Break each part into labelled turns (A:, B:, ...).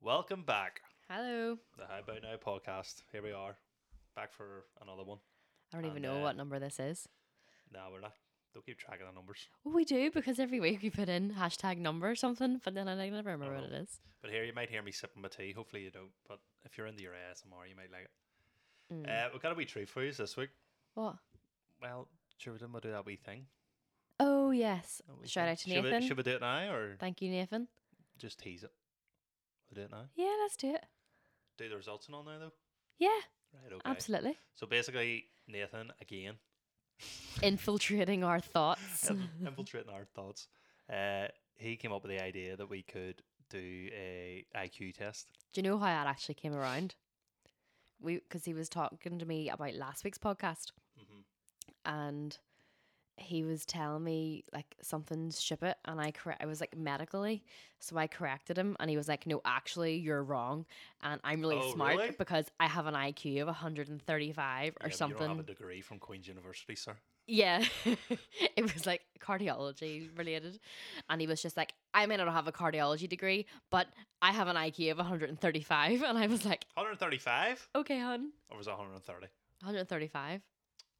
A: Welcome back,
B: Hello.
A: the How About Now podcast. Here we are, back for another one.
B: I don't even
A: And,
B: know
A: uh,
B: what number this is.
A: Nah, we're not. Don't keep track of the numbers.
B: Well, Oh, we do because every week we put in hashtag number or something, but then I like, never remember what
A: Oh.
B: it is.
A: But here you might hear me sipping my tea. Hopefully you don't. But if you're into your ASMR, you might like it.
B: Mm.
A: Uh, we've got a wee treat for you this week.
B: What?
A: Well, sure we didn't do that wee thing.
B: Oh yes.
A: that wee
B: Shout
A: thing.
B: out to
A: Should we-
B: Nathan.
A: should we do it now or
B: Thank you, Nathan.
A: just tease it? We'll do it now.
B: Yeah, let's do it.
A: Do the results and all now though.
B: Yeah,
A: Right. Okay.
B: absolutely.
A: So basically, Nathan again
B: Infiltrating our thoughts.
A: in- infiltrating our thoughts. Uh, he came up with the idea that we could do a IQ test.
B: Do you know how that actually came around? We because he was talking to me about last week's podcast, and he was telling me like something ship it, and I correct. I was like medically, so I corrected him, and he was like, "No, actually, you're wrong, and I'm really
A: Oh,
B: smart
A: really?
B: because I have an IQ of 135 or
A: Yeah, but You don't have
B: something."
A: a degree from Queen's University, sir.
B: Yeah, it was like cardiology related, and he was just like, "I may not have a cardiology degree, but I have an IQ of 135," and I was like.
A: 135?
B: Okay, hon.
A: Or was it 130?
B: 135.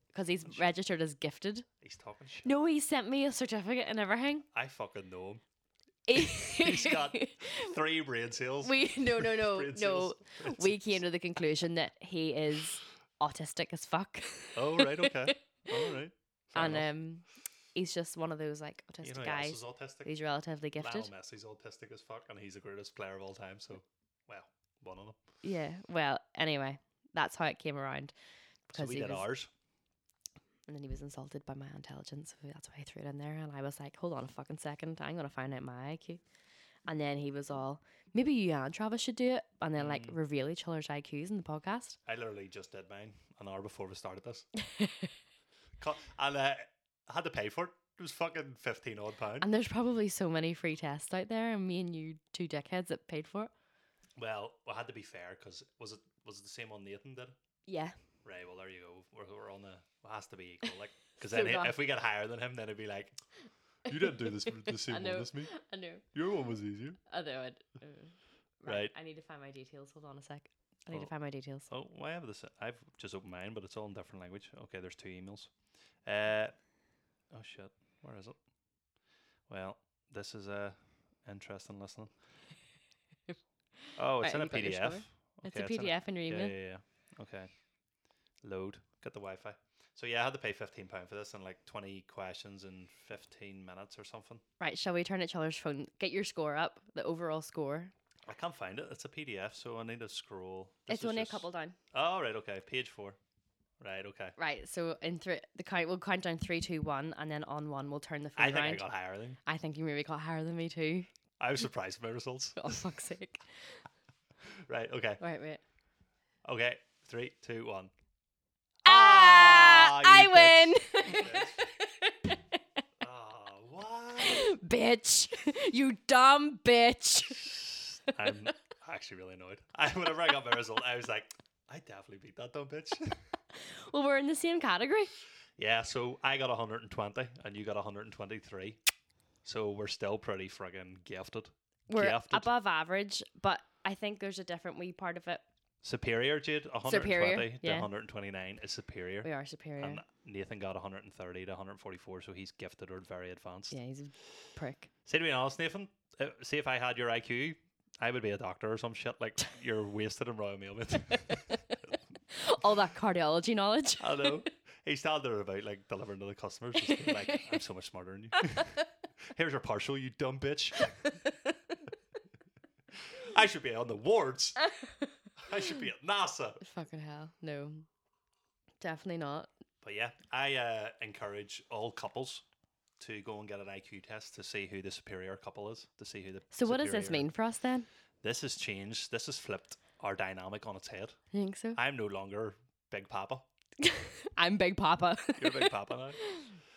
B: Because he's registered as gifted.
A: He's talking shit.
B: No, he sent me a certificate and everything.
A: I fucking know him.
B: he's
A: He's got three brain cells.
B: We no no no
A: Brain
B: no.
A: cells. Brain
B: We came to the conclusion that he is autistic as fuck,
A: oh, right, okay. All right. Fair
B: and
A: enough.
B: um, he's just one of those like autistic
A: you know who else
B: uh, guys.
A: is autistic?
B: He's relatively gifted.
A: Lionel Messi's autistic as fuck, and he's the greatest player of all time, so, well, one of them.
B: Yeah. Well, anyway, that's how it came around.
A: So we
B: he
A: did
B: was,
A: ours.
B: and then he was insulted by my intelligence. So that's why I threw it in there. And I was like, hold on a fucking second. I'm going to find out my IQ. And then he was all, maybe you and Travis should do it. And then
A: Mm.
B: like reveal each other's IQs in the podcast.
A: I literally just did mine an hour before we started this. Co- and uh, I had to pay for it. It was fucking 15 odd pound.
B: And there's probably so many free tests out there. And me and you two dickheads that paid for it.
A: well, I had to be fair, because was it, was it the same on Nathan, did it?
B: Yeah.
A: Right, well, there you go. We're, we're on the. It has to be equal. Like, because
B: So
A: then
B: gone.
A: if we get higher than him, then it'd be like, you didn't do this the same
B: I
A: one
B: know.
A: as me.
B: I know.
A: Your one was easier.
B: I know. I, uh,
A: Right.
B: I need to find my details. Hold on a sec. I need
A: Oh.
B: to find my details.
A: Oh, why have this? I've just opened mine, but it's all in different language. Okay, there's two emails. Uh, oh shit, where is it? Well, this is uh, interesting listening. Oh, it's
B: Right,
A: in a
B: have you got your
A: PDF.
B: score? it's a
A: Okay, in
B: PDF in your
A: Yeah,
B: email.
A: yeah, yeah. Okay. Load. Get the Wi Fi. So yeah, I had to pay fifteen pound for this and like twenty questions in fifteen minutes or something.
B: Right. Shall we turn each other's phone? Get your score up, the overall score.
A: I can't find it. It's a PDF, so I need to scroll.
B: it's only a couple down.
A: Oh right, okay. Page four. Right, okay.
B: Right. So in three, the count we'll count down three, two, one, and then on one we'll turn the phone
A: I think
B: around.
A: I got higher than.
B: I think you maybe got higher than me too.
A: I was surprised by my results.
B: Oh fuck's sake!
A: Right, okay.
B: Right, wait.
A: Okay. Three, two, one.
B: Ah!
A: Ah, you
B: I
A: Oh, what?
B: win, bitch! You dumb bitch!
A: I'm actually really annoyed. I whenever I got my result, I was like, I definitely beat that dumb bitch.
B: Well, we're in the same category.
A: yeah, so I got 120 and you got 123. So we're still pretty friggin' gifted.
B: We're
A: Gifted.
B: above average, but I think there's a different wee part of it.
A: superior, Jude. 120
B: Superior,
A: to
B: yeah.
A: 129 is superior.
B: We are superior.
A: And Nathan got 130 to 144, so he's gifted or very advanced.
B: yeah, he's a prick.
A: Say to be honest, Nathan, uh, see if I had your IQ, I would be a doctor or some shit. Like you're wasted in Royal Mail. mate.
B: All that cardiology knowledge.
A: I know. He's standing there about like delivering to the customers, just being like, "I'm so much smarter than you." Here's your parcel, you dumb bitch. I should be on the wards. I should be at NASA.
B: Fucking hell, no, definitely not.
A: But yeah, I uh, encourage all couples to go and get an IQ test to see who the superior couple is, to see who the.
B: So, what does this
A: superior-
B: mean for us then?
A: This has changed. This has flipped our dynamic on its head.
B: I think so.
A: I'm no longer Big Papa.
B: I'm Big Papa.
A: You're Big Papa now.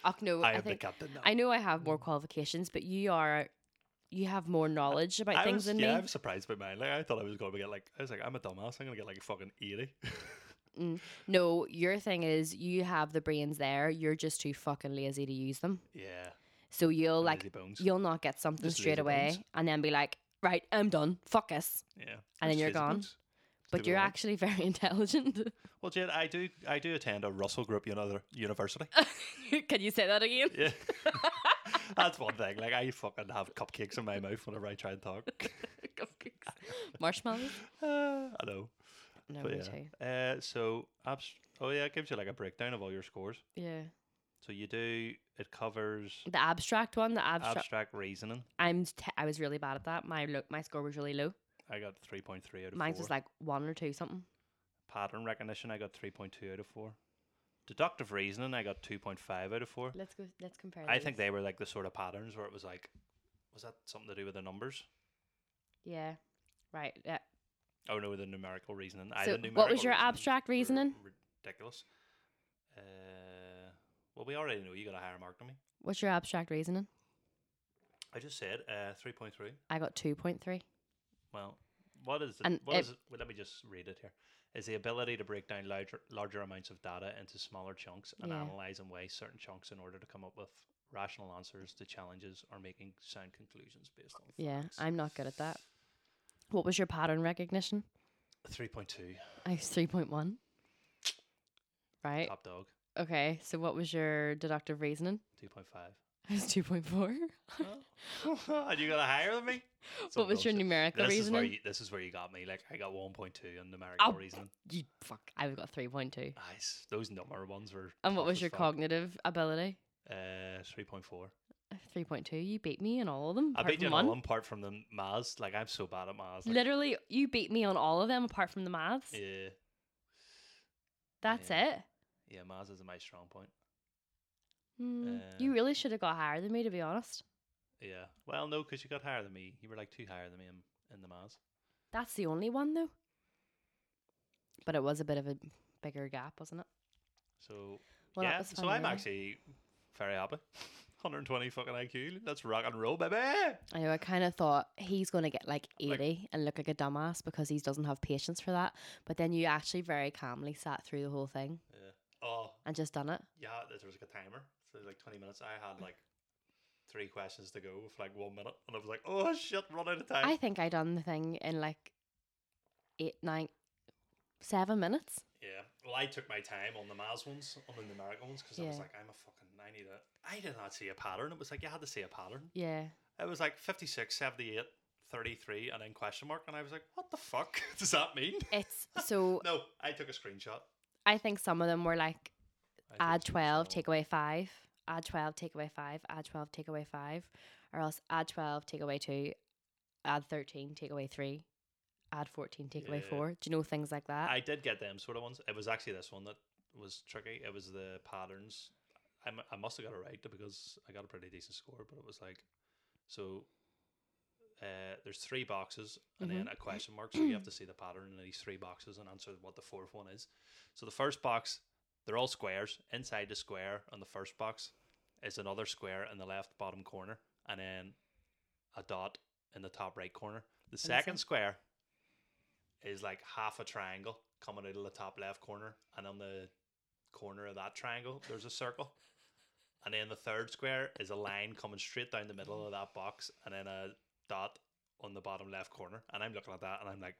B: Ach, no,
A: I
B: I,
A: am the
B: think
A: captain now.
B: I know I have more qualifications, but you are you have more knowledge about
A: I
B: things
A: was,
B: than
A: yeah, I
B: me.
A: was surprised by mine. Like I thought I was going to get like I was like I'm a dumbass. I'm going to get like fucking eighty.
B: No, your thing is you have the brains there. You're just too fucking lazy to use them.
A: yeah,
B: So you'll
A: lazy
B: like
A: bones.
B: you'll not get something
A: Just
B: straight
A: lazy
B: away,
A: bones.
B: and then be like, right, I'm done. Fuck us.
A: Yeah.
B: And then
A: Just
B: you're
A: use the
B: gone.
A: books. Just
B: But
A: leave it
B: you're
A: alone.
B: actually very intelligent.
A: Well, Jade, I do I do attend a Russell Group uni- University.
B: Can you say that again?
A: Yeah. That's one thing. Like I fucking have cupcakes in my mouth whenever I try and talk.
B: Cupcakes. Marshmallows?
A: uh, I know.
B: No,
A: But
B: me
A: yeah.
B: too.
A: Uh, so abs- oh yeah, it gives you like a breakdown of all your scores.
B: Yeah.
A: So you do it covers
B: The abstract one, the abstract.
A: abstract reasoning.
B: I'm t- I was really bad at that. My look, my score was really low.
A: I got three point three out of
B: Mine's
A: four.
B: was like one or two something.
A: Pattern recognition, I got three point two out of four. Deductive reasoning, I got two point five out of four.
B: Let's go. Let's compare.
A: I think they were like the sort of patterns where it was like, was that something to do with the numbers?
B: Yeah. Right. Yeah.
A: Oh no, the numerical reasoning.
B: So
A: the
B: what was
A: numerical
B: your
A: reasonings
B: abstract
A: were
B: reasoning?
A: Ridiculous. Uh, well, we already know you got a higher mark than me.
B: What's your abstract reasoning?
A: I just said uh, three point three.
B: I got two point three.
A: Well, what is the,
B: And
A: what
B: it-
A: is it? Well, let me just read it here. Is the ability to break down larger larger amounts of data into smaller chunks and
B: Yeah.
A: analyze and weigh certain chunks in order to come up with rational answers to challenges or making sound conclusions based on
B: Yeah,
A: facts.
B: I'm not good at that. What was your pattern recognition?
A: three point two
B: I was three point one. Right.
A: top dog
B: Okay. So what was your deductive reasoning?
A: two point five.
B: I was two point four.
A: and you got a higher than me. Oh. Some
B: what was your
A: bullshit.
B: numerical
A: This is where
B: reasoning?
A: you,
B: You...
A: this is where you got me. Like I got one point two on numerical
B: Oh.
A: reasoning.
B: fuck. I got three point two.
A: Nice. Those number ones were.
B: And what
A: tough
B: was
A: as
B: your
A: fuck.
B: cognitive ability?
A: Uh, three point four.
B: Three point two. You beat me in all of them.
A: I
B: apart
A: beat you
B: from
A: in all
B: one.
A: one part from the Maz. Like I'm so bad at Maz. Like,
B: Literally, you beat me on all of them apart from the maths.
A: yeah,
B: That's
A: yeah.
B: it.
A: yeah. Maz isn't my strong point.
B: Mm,
A: Uh,
B: you really should have got higher than me, to be honest.
A: Yeah. Well, no, because you got higher than me. You were like two higher than me in, in the Maz.
B: That's the only one, though. But it was a bit of a bigger gap, wasn't it?
A: So
B: Well, that
A: yeah.
B: was eh?
A: So
B: fun,
A: I'm
B: really.
A: actually very happy. 120 fucking IQ. Let's rock and roll, baby.
B: I know. I kind of thought he's going to get like
A: Like-
B: 80 and look like a dumbass because he doesn't have patience for that. But then you actually very calmly sat through the whole thing
A: Yeah. Oh
B: and just done it.
A: yeah. There was like a timer. So it was like 20 minutes. I had like three questions to go with like one minute, and I was like, oh shit, run out of time.
B: I think I done the thing in like eight, nine, seven minutes.
A: Yeah. Well, I took my time on the Mars ones, on the numeric ones, because I was
B: Yeah.
A: like, I'm a fucking, I need a, I did not see a pattern. It was like, you had to see a pattern.
B: Yeah.
A: It was like 56, 78, 33, and then question mark. And I was like, what the fuck does that mean?
B: It's so
A: No, I took a screenshot.
B: I think some of them were like
A: I took a
B: add 12,
A: screenshot.
B: take away 5, add 12, take away 5, add 12, take away 5, or else add 12, take away 2, add 13, take away 3, add 14, take away
A: Yeah.
B: 4. Do you know things like that?
A: I did get them sort of ones. It was actually this one that was tricky. It was the patterns. I, mu- I must have got it right because I got a pretty decent score, but it was like, so uh, there's three boxes and then a question mark. So you have to see the pattern in these three boxes and answer what the fourth one is. So the first box, they're all squares. Inside the square on the first box is another square in the left bottom corner and then a dot in the top right corner. The second
B: same.
A: square is like half a triangle coming out of the top left corner, and on the corner of that triangle, there's a circle. And then the third square is a line coming straight down the middle of that box, and then a dot on the bottom left corner. And I'm looking at that, and I'm like,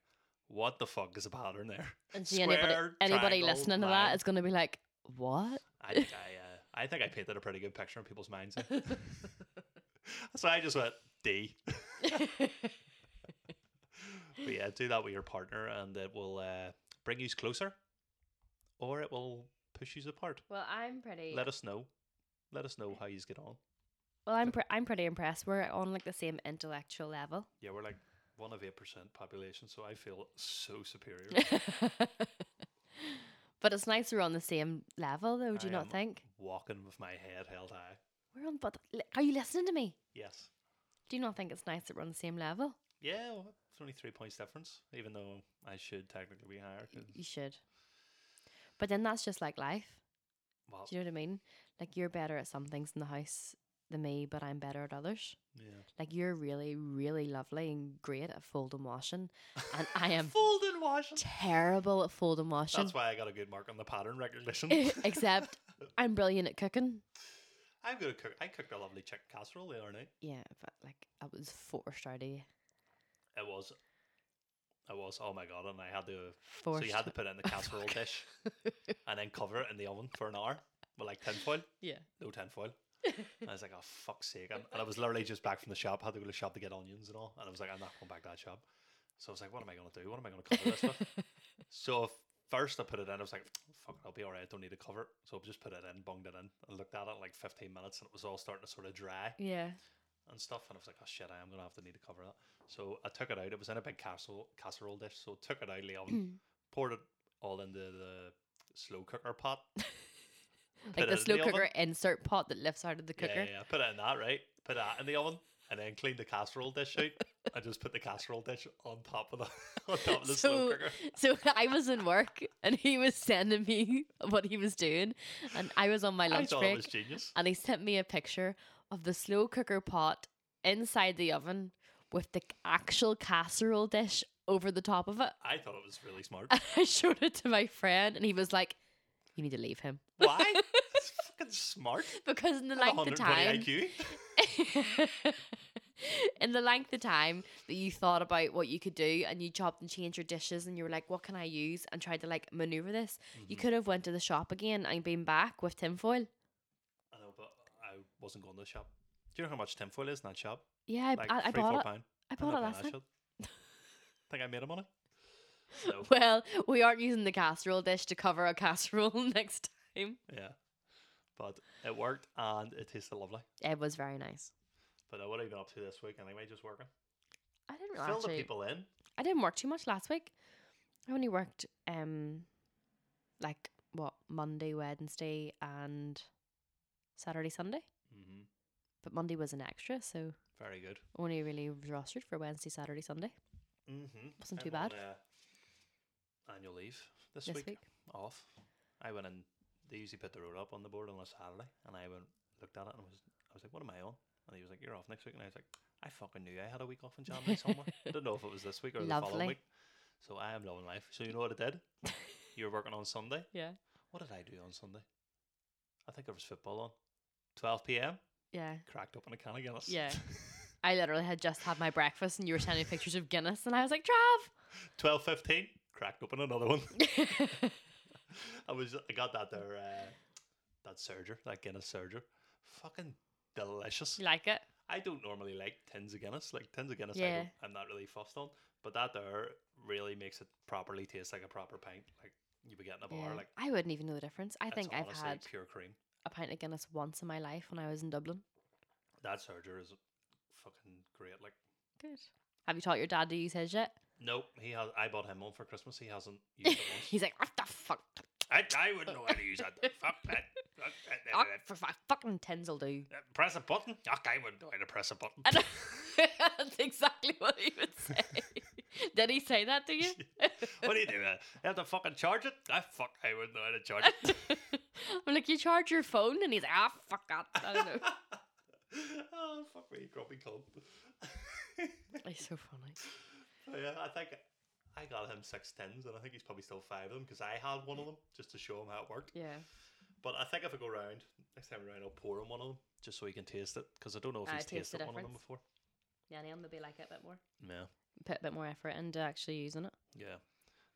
A: "What the fuck is a pattern there?"
B: and see anybody,
A: square,
B: anybody
A: triangle,
B: listening to
A: line.
B: that is going to be like, what?
A: I think I, uh, I think I painted a pretty good picture in people's minds. there. so I just went D. But yeah, do that with your partner, and it will uh, bring you closer, or it will push you apart.
B: well, I'm pretty.
A: Let us know. Let us know how you get on.
B: well, I'm pre- I'm pretty impressed. We're on like the same intellectual level.
A: Yeah, we're like one of eight percent population, so I feel so superior.
B: but it's nice we're on the same level, though. Do
A: I
B: you not
A: am-
B: think
A: Walking with my head held high.
B: we're on? But are you listening to me?
A: Yes.
B: Do you not think it's nice that we're on the same level?
A: Yeah, well, it's only three points difference, even though I should technically be higher. 'cause-
B: You should. But then that's just like life.
A: Well,
B: Do you know what I mean? Like you're better at some things in the house than me, but I'm better at others.
A: yeah.
B: Like you're really, really lovely and great at fold and washing, and I am
A: Fold and wash.
B: terrible at fold and washing.
A: That's why I got a good mark on the pattern recognition.
B: Except I'm brilliant at cooking.
A: I'm gonna cook. I cooked a lovely chicken casserole the other night.
B: Yeah, but like I was forced out of you.
A: It was. It was. Oh my god! And I had to.
B: Forced.
A: So you had to put it in the casserole dish and then cover it in the oven for an hour with like tinfoil.
B: yeah.
A: No tinfoil. And I was like, oh fuck's sake! And, and I was literally just back from the shop. had to go to the shop to get onions and all. And I was like, I'm not going back to that shop. So I was like, what am I going to do? What am I going to cover this with? So f- first I put it in. I was like, fuck it, I'll be all right. Don't need to cover it. So I just put it in, bunged it in, and looked at it like 15 minutes, and it was all starting to sort of dry
B: yeah.
A: and stuff. And I was like, oh shit, I am going to have to need to cover that. So I took it out. It was in a big casserole, casserole dish. So took it out of the
B: Mm.
A: oven, poured it all into the slow cooker pot.
B: Like
A: put it
B: the
A: in
B: slow
A: oven.
B: cooker insert pot that lifts out of the cooker.
A: Yeah, yeah, yeah. Put it in that, right? Put that in the oven, and then clean the casserole dish out. and just put the casserole dish on top of the on top of the slow
B: So-
A: cooker.
B: So I was in work and he was sending me what he was doing, and I was on my
A: I
B: lunch
A: thought
B: break,
A: it was genius.
B: and he sent me a picture of the slow cooker pot inside the oven with the c- actual casserole dish over the top of it.
A: I thought it was really smart.
B: And I showed it to my friend, and he was like, "You need to leave him
A: Why? It's fucking smart.
B: because in the
A: Like
B: length of
A: 120
B: time,
A: IQ.
B: in the length of time that you thought about what you could do and you chopped and changed your dishes and you were like what can i use and tried to like maneuver this you
A: Mm-hmm.
B: could have went to the shop again and been back with tinfoil
A: I know, but I wasn't going to the shop. Do you know how much tinfoil is in that shop?
B: yeah i,
A: Like
B: I, I
A: three, four
B: bought it
A: pound.
B: i
A: I'm
B: bought
A: not
B: it last
A: buying
B: time
A: that shit. Think I made him on it? No.
B: well we aren't using the casserole dish to cover a casserole next time
A: yeah. But it worked and it tasted lovely.
B: it was very nice
A: But uh, what have you been up to this week anyway? Just working?
B: i didn't
A: Fill
B: actually,
A: the people in.
B: i didn't work too much last week i only worked um like what monday wednesday and saturday sunday
A: hmm
B: but Monday was an extra, so
A: Very good.
B: only really was rostered for Wednesday, Saturday, Sunday.
A: Mm-hmm. uh,
B: Wasn't too bad.
A: annual leave this,
B: This
A: week,
B: week.
A: off. I went and they usually put the road up on the board on a Saturday, and I went looked at it and was I was like, "What am I on?" And he was like, "You're off next week," and I was like, "I fucking knew I had a week off in January somewhere. I don't know if it was this week or the
B: Lovely.
A: following week." So I am loving life. So you know what I did? you were working on Sunday.
B: Yeah.
A: What did I do on Sunday? I think there was football on. 12 p.m.
B: Yeah.
A: Cracked open a can of Guinness.
B: Yeah. I literally had just had my breakfast and you were sending pictures of Guinness and I was like, Trav!
A: 12:15. Cracked open another one. I was I got that there uh, that surger, that Guinness surger. Fucking delicious.
B: you like it?
A: I don't normally like tins of Guinness. Like tins of Guinness I
B: Yeah.
A: don't, I'm not really fussed on. But that there really makes it properly taste like a proper pint. Like you would get in a bar. Like
B: I wouldn't even know the difference. I
A: it's
B: think I've
A: honestly
B: had
A: pure cream.
B: a pint of Guinness once in my life when I was in Dublin.
A: That surger is fucking great. Like
B: Good. Have you taught your dad to use his yet?
A: no, he has I bought him one for Christmas. He hasn't used it once.
B: He's like, what the fuck?
A: I, I wouldn't know how to use that. Fuck that. Fuck that.
B: Ah, for, fu- fucking tins will do.
A: Uh, Press a button? Fuck, I wouldn't know how to press a button.
B: I know. That's exactly what he would say. Did he say that to you?
A: What do you do? Uh, you have to fucking charge it? I fuck, I wouldn't know how to charge it.
B: I'm like, you charge your phone? And he's like, ah, fuck that. I don't know.
A: oh, fuck me, grumpy cold.
B: It's so funny.
A: Oh, yeah, I think I got him six tins, and I think he's probably still five of them because I had one of them just to show him how it worked.
B: Yeah.
A: But I think if I go round next time around, I'll pour him one of them just so he can taste it because I don't know if
B: Aye,
A: he's
B: taste the
A: tasted one of them
B: difference.
A: before.
B: Yeah, and he'll maybe like it a bit more.
A: Yeah,
B: Put a bit more effort into actually using it.
A: yeah.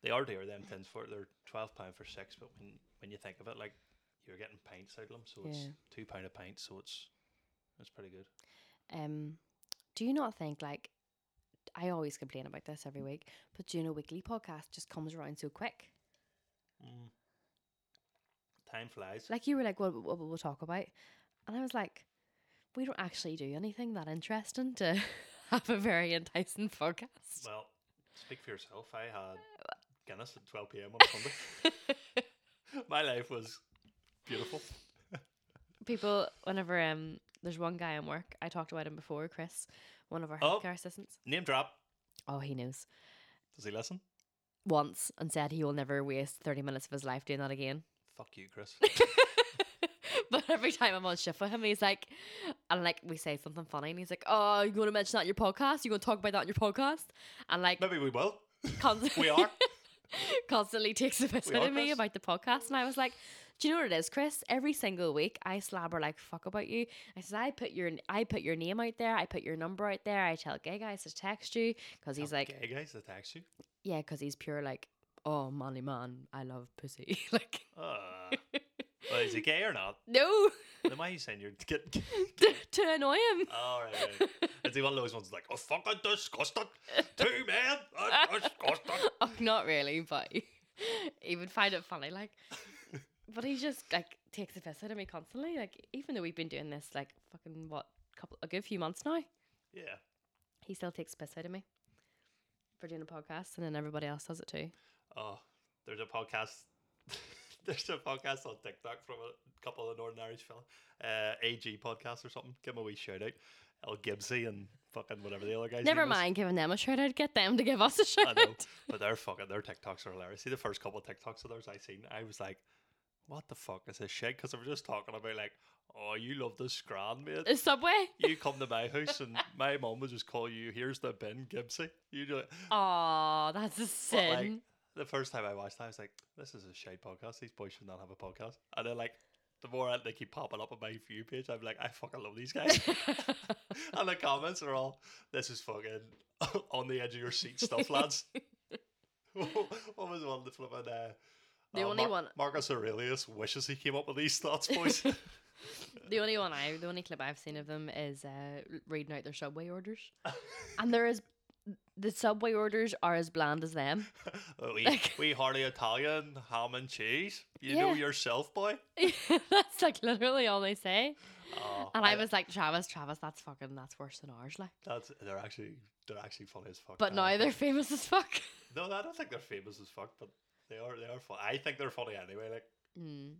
A: They are dear, them tins for they're twelve pound for six, but when when you think of it, like you're getting pints out of them, so it's
B: Yeah.
A: two pound a pint, so it's it's pretty good.
B: Um, do you not think like I always complain about this every week, but do you know weekly podcast just comes around so quick?
A: Mm. Time flies.
B: Like you were like, what what will we talk about? And I was like, we don't actually do anything that interesting to have a very enticing podcast.
A: Well, speak for yourself. I had Guinness at 12 p.m. on Sunday. My life was beautiful.
B: People, whenever um, there's one guy in work, I talked about him before, Chris, one of our
A: Oh.
B: healthcare assistants.
A: Name drop.
B: Oh, he knows.
A: Does he listen?
B: once and said he will never waste 30 minutes of his life doing that again.
A: Fuck you, Chris.
B: But every time I'm on shift with him, he's like, and like we say something funny, and he's like, "Oh, you going to mention that in your podcast? You going to talk about that in your podcast?" And like,
A: Maybe we will.
B: constantly,
A: We are.
B: constantly takes the piss
A: We
B: out
A: are,
B: of
A: Chris.
B: me about the podcast. And I was like, Do you know what it is, Chris? Every single week, I slabber like fuck about you. I says I put your I put your name out there. I put your number out there. I tell gay guys to text you because he's
A: Tell
B: like,
A: gay guys that text you.
B: yeah, because he's pure like, oh, money man, I love pussy. like,
A: Uh, well, is he gay or not?
B: no,
A: Then why are you saying you're getting?
B: to, to annoy him.
A: All right, oh, right, right. Is he one of those ones like, oh, fucking disgusted? Two men, uh, disgusted.
B: oh, not really, but he would find it funny. Like, but he just like takes the piss out of me constantly. Like, even though we've been doing this like fucking what couple a good few months now,
A: Yeah,
B: he still takes the piss out of me for doing a podcast, and then everybody else does it too.
A: Oh, there's a podcast. there's a podcast on TikTok from a couple of Northern Irish fella, uh, AG podcast or something. Give him a wee shout out. El Gibbsy and fucking whatever the other guys.
B: Never mind giving them a shout out. Get them to give us a
A: I
B: shout
A: know,
B: out.
A: but their fucking their TikToks are hilarious. See the first couple of TikToks of theirs I seen, I was like, "What the fuck is this shit?" Because they were just talking about like, "Oh, you love the Scran, mate."
B: A Subway.
A: You come to my house and my mom would just call you. Here's the bin, Gibbsy. You do it.
B: Oh, that's a sin.
A: But, like, the first time I watched that, I was like, this is a shade podcast. These boys should not have a podcast. And then, like, the more I- they keep popping up on my view page, I'm like, I fucking love these guys. and the comments are all, this is fucking on the edge of your seat stuff, lads. what was one? The flipping. Uh,
B: The
A: uh,
B: only one-
A: Marcus Aurelius wishes he came up with these thoughts, boys.
B: The only one I, the only clip I've seen of them is uh, r- reading out their subway orders, and they're as the subway orders are as bland as them.
A: we,
B: Like-
A: we hardly Italian ham and cheese. You know
B: Yeah.
A: yourself, boy.
B: that's like literally all they say.
A: Oh,
B: And I, was like, Travis, Travis, that's fucking, that's worse than ours, like.
A: That's they're actually they're actually funny as fuck.
B: But
A: now.
B: now they're famous as fuck.
A: No, I don't think they're famous as fuck, but they are. They are fun. I think they're funny anyway. Like
B: Mm.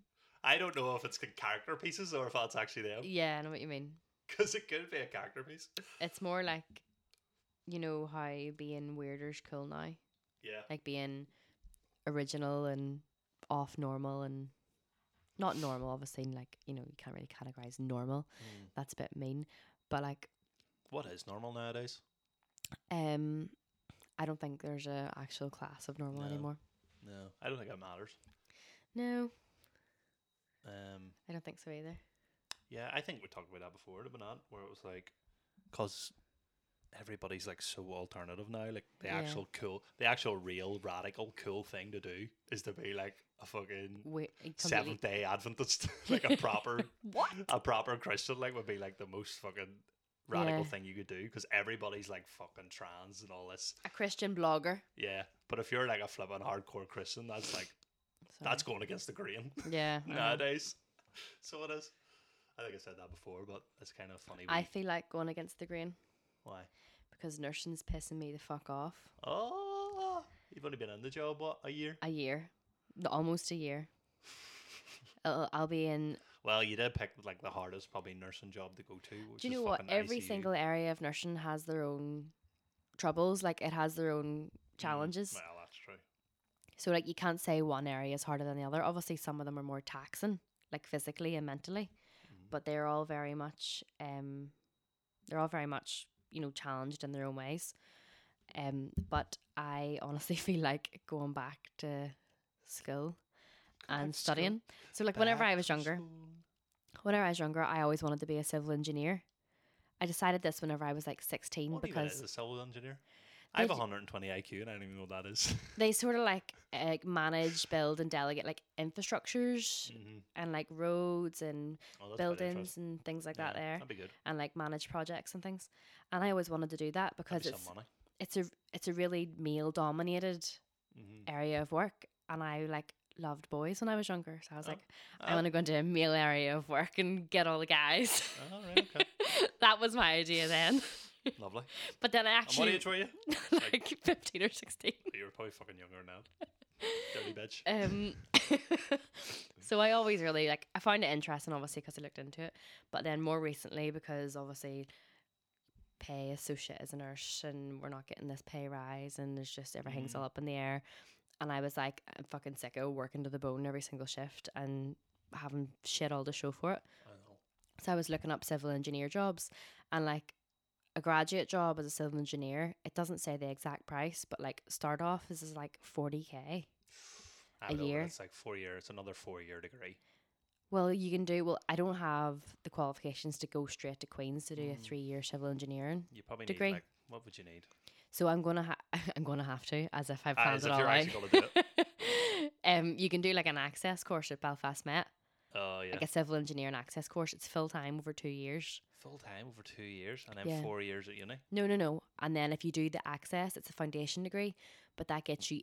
A: I don't know if it's the character pieces or if that's actually them,
B: Yeah, I know what you mean.
A: because it could be a character piece.
B: It's more like, you know how being weirder's cool now,
A: Yeah,
B: like being original and off normal and not normal, obviously. Like you know, you can't really categorize normal.
A: Mm.
B: That's a bit mean. But like,
A: what is normal nowadays?
B: um, I don't think there's a actual class of normal
A: No.
B: anymore.
A: No, I don't think it matters.
B: No,
A: Um,
B: I don't think so either.
A: yeah, I think we talked about that before, but not where it was like, cause everybody's like so alternative now. Like the
B: Yeah.
A: actual cool, the actual real radical cool thing to do is to be like a fucking
B: We completely-
A: Seventh Day Adventist, like a proper
B: What?
A: a proper Christian like would be like the most fucking radical
B: Yeah.
A: thing you could do because everybody's like fucking trans and all this.
B: A Christian blogger.
A: Yeah, but if you're like a flipping hardcore Christian, that's like
B: Sorry.
A: that's going against the grain
B: yeah. I know.
A: nowadays. So it is. I think I said that before, but it's kind of funny.
B: I
A: wee-
B: feel like going against the grain
A: Why?
B: because nursing's pissing me the fuck off.
A: Oh, you've only been in the job what a year?
B: A year, N- almost a year. I'll, I'll be in.
A: Well, you did pick like the hardest probably nursing job to go to. Which
B: Do you
A: is
B: know what?
A: fucking
B: Every
A: ICU.
B: single area of nursing has their own troubles. Like it has their own
A: Mm,
B: challenges.
A: Well, that's true.
B: So like you can't say one area is harder than the other. Obviously, some of them are more taxing, like physically and mentally,
A: Mm.
B: but they're all very much, um, they're all very much, you know, challenged in their own ways. Um, but I honestly feel like going back to school and
A: to school.
B: studying. So like whenever I
A: Back
B: was
A: to
B: younger,
A: school.
B: whenever I was younger, I always wanted to be a civil engineer. I decided this whenever I was like sixteen
A: What because
B: because
A: is a civil engineer? I have
B: They-
A: 120 IQ and I don't even know what that is.
B: they sort of like uh, manage, build, and delegate like infrastructures
A: Mhm.
B: and like roads and
A: Oh, that's quite
B: buildings
A: interesting.
B: and things like that
A: Yeah,
B: there
A: That'd be good.
B: and like manage projects and things and i always wanted to do
A: That'd
B: that because
A: be
B: it's
A: some money.
B: it's a it's a really male dominated
A: Mhm.
B: area of work and i like loved boys when i was younger so i was
A: Oh,
B: like i
A: oh.
B: want to go into a male area of work and get all the guys
A: Mm-hmm. All right, okay.
B: that was my idea then
A: Lovely.
B: but then i
A: And what
B: actually
A: age were you?
B: like 15 or 16
A: You were probably fucking younger now. Dirty bitch.
B: Um, so I always really like. I found it interesting, obviously, because I looked into it. But then more recently, because obviously, pay is so shit as a nurse, and we're not getting this pay rise, and there's just everything's all up in the air. And I was like, I'm fucking sick of working to the bone every single shift and having shit all to show for it.
A: I know.
B: So I was looking up civil engineer jobs, and like a graduate job as a civil engineer, it doesn't say the exact price, but like start off is is like forty k.
A: I
B: A
A: know, but
B: year.
A: It's like four year. It's another four year degree.
B: Well, you can do well. I don't have the qualifications to go straight to Queens to do
A: Mm.
B: a three-year civil engineering,
A: You probably
B: Degree.
A: need like what would you need?
B: so I'm gonna ha- I'm gonna have to, as if I've
A: Ah,
B: planned
A: as
B: it
A: if
B: all
A: you're
B: out.
A: actually gonna do
B: um, you can do like an access course at Belfast Met,
A: Oh yeah,
B: like a civil engineering access course. It's full time over two years.
A: full time over two years and then
B: Yeah.
A: four years at uni.
B: No, no, no. And then if you do the access, it's a foundation degree, but that gets you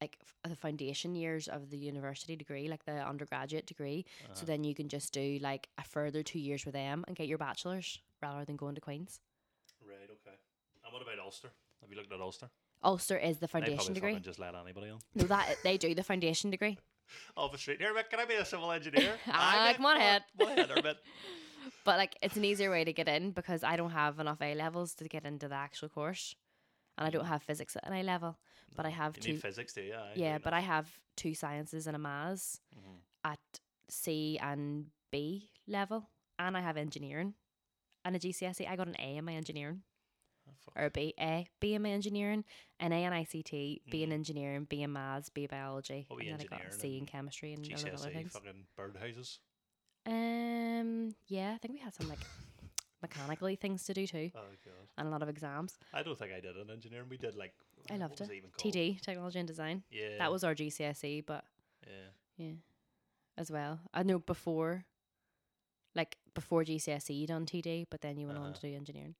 B: like f- the foundation years of the university degree, like the undergraduate degree.
A: Uh-huh. Uh.
B: So then you can just do like a further two years with them and get your bachelor's rather than going to Queen's.
A: Right. Okay. And what about Ulster? Have you looked at Ulster?
B: Ulster is the
A: They
B: foundation
A: probably
B: degree.
A: fucking just let anybody on.
B: No, that they do the foundation degree.
A: Off the street here, Mick. Can I be a civil engineer?
B: Ah,
A: Aye,
B: come on,
A: mate,
B: head.
A: Come on, head, Hermit.
B: But like it's an easier way to get in because I don't have enough A levels to get into the actual course. And I don't have physics at an A level. But I have
A: Mm. You
B: two
A: need physics, do you? Aye,
B: Yeah,
A: right
B: but
A: enough.
B: I have two sciences and a maths
A: Mhm.
B: at C and B level, and I have engineering and a GCSE. E. I got an A in my engineering,
A: Oh, fuck.
B: or a B, A, B in my engineering, an A in ICT, B in
A: Mhm.
B: engineering, B in maths, B biology,
A: What were
B: and
A: you
B: then I got a
A: engineering
B: C in
A: and
B: chemistry and all those other
A: GCSE,
B: things.
A: E fucking birdhouses.
B: Um, yeah, I think we had some like mechanically things to do too,
A: Oh god.
B: and a lot of exams.
A: I don't think I did an engineering. We did like
B: I
A: what
B: loved
A: was
B: it.
A: even called?
B: TD, technology and design.
A: Yeah.
B: That was our GCSE, E, but
A: Yeah.
B: Yeah. As well. I know before like before GCSE you'd E done TD, but then you went on
A: Uh-huh.
B: to do engineering.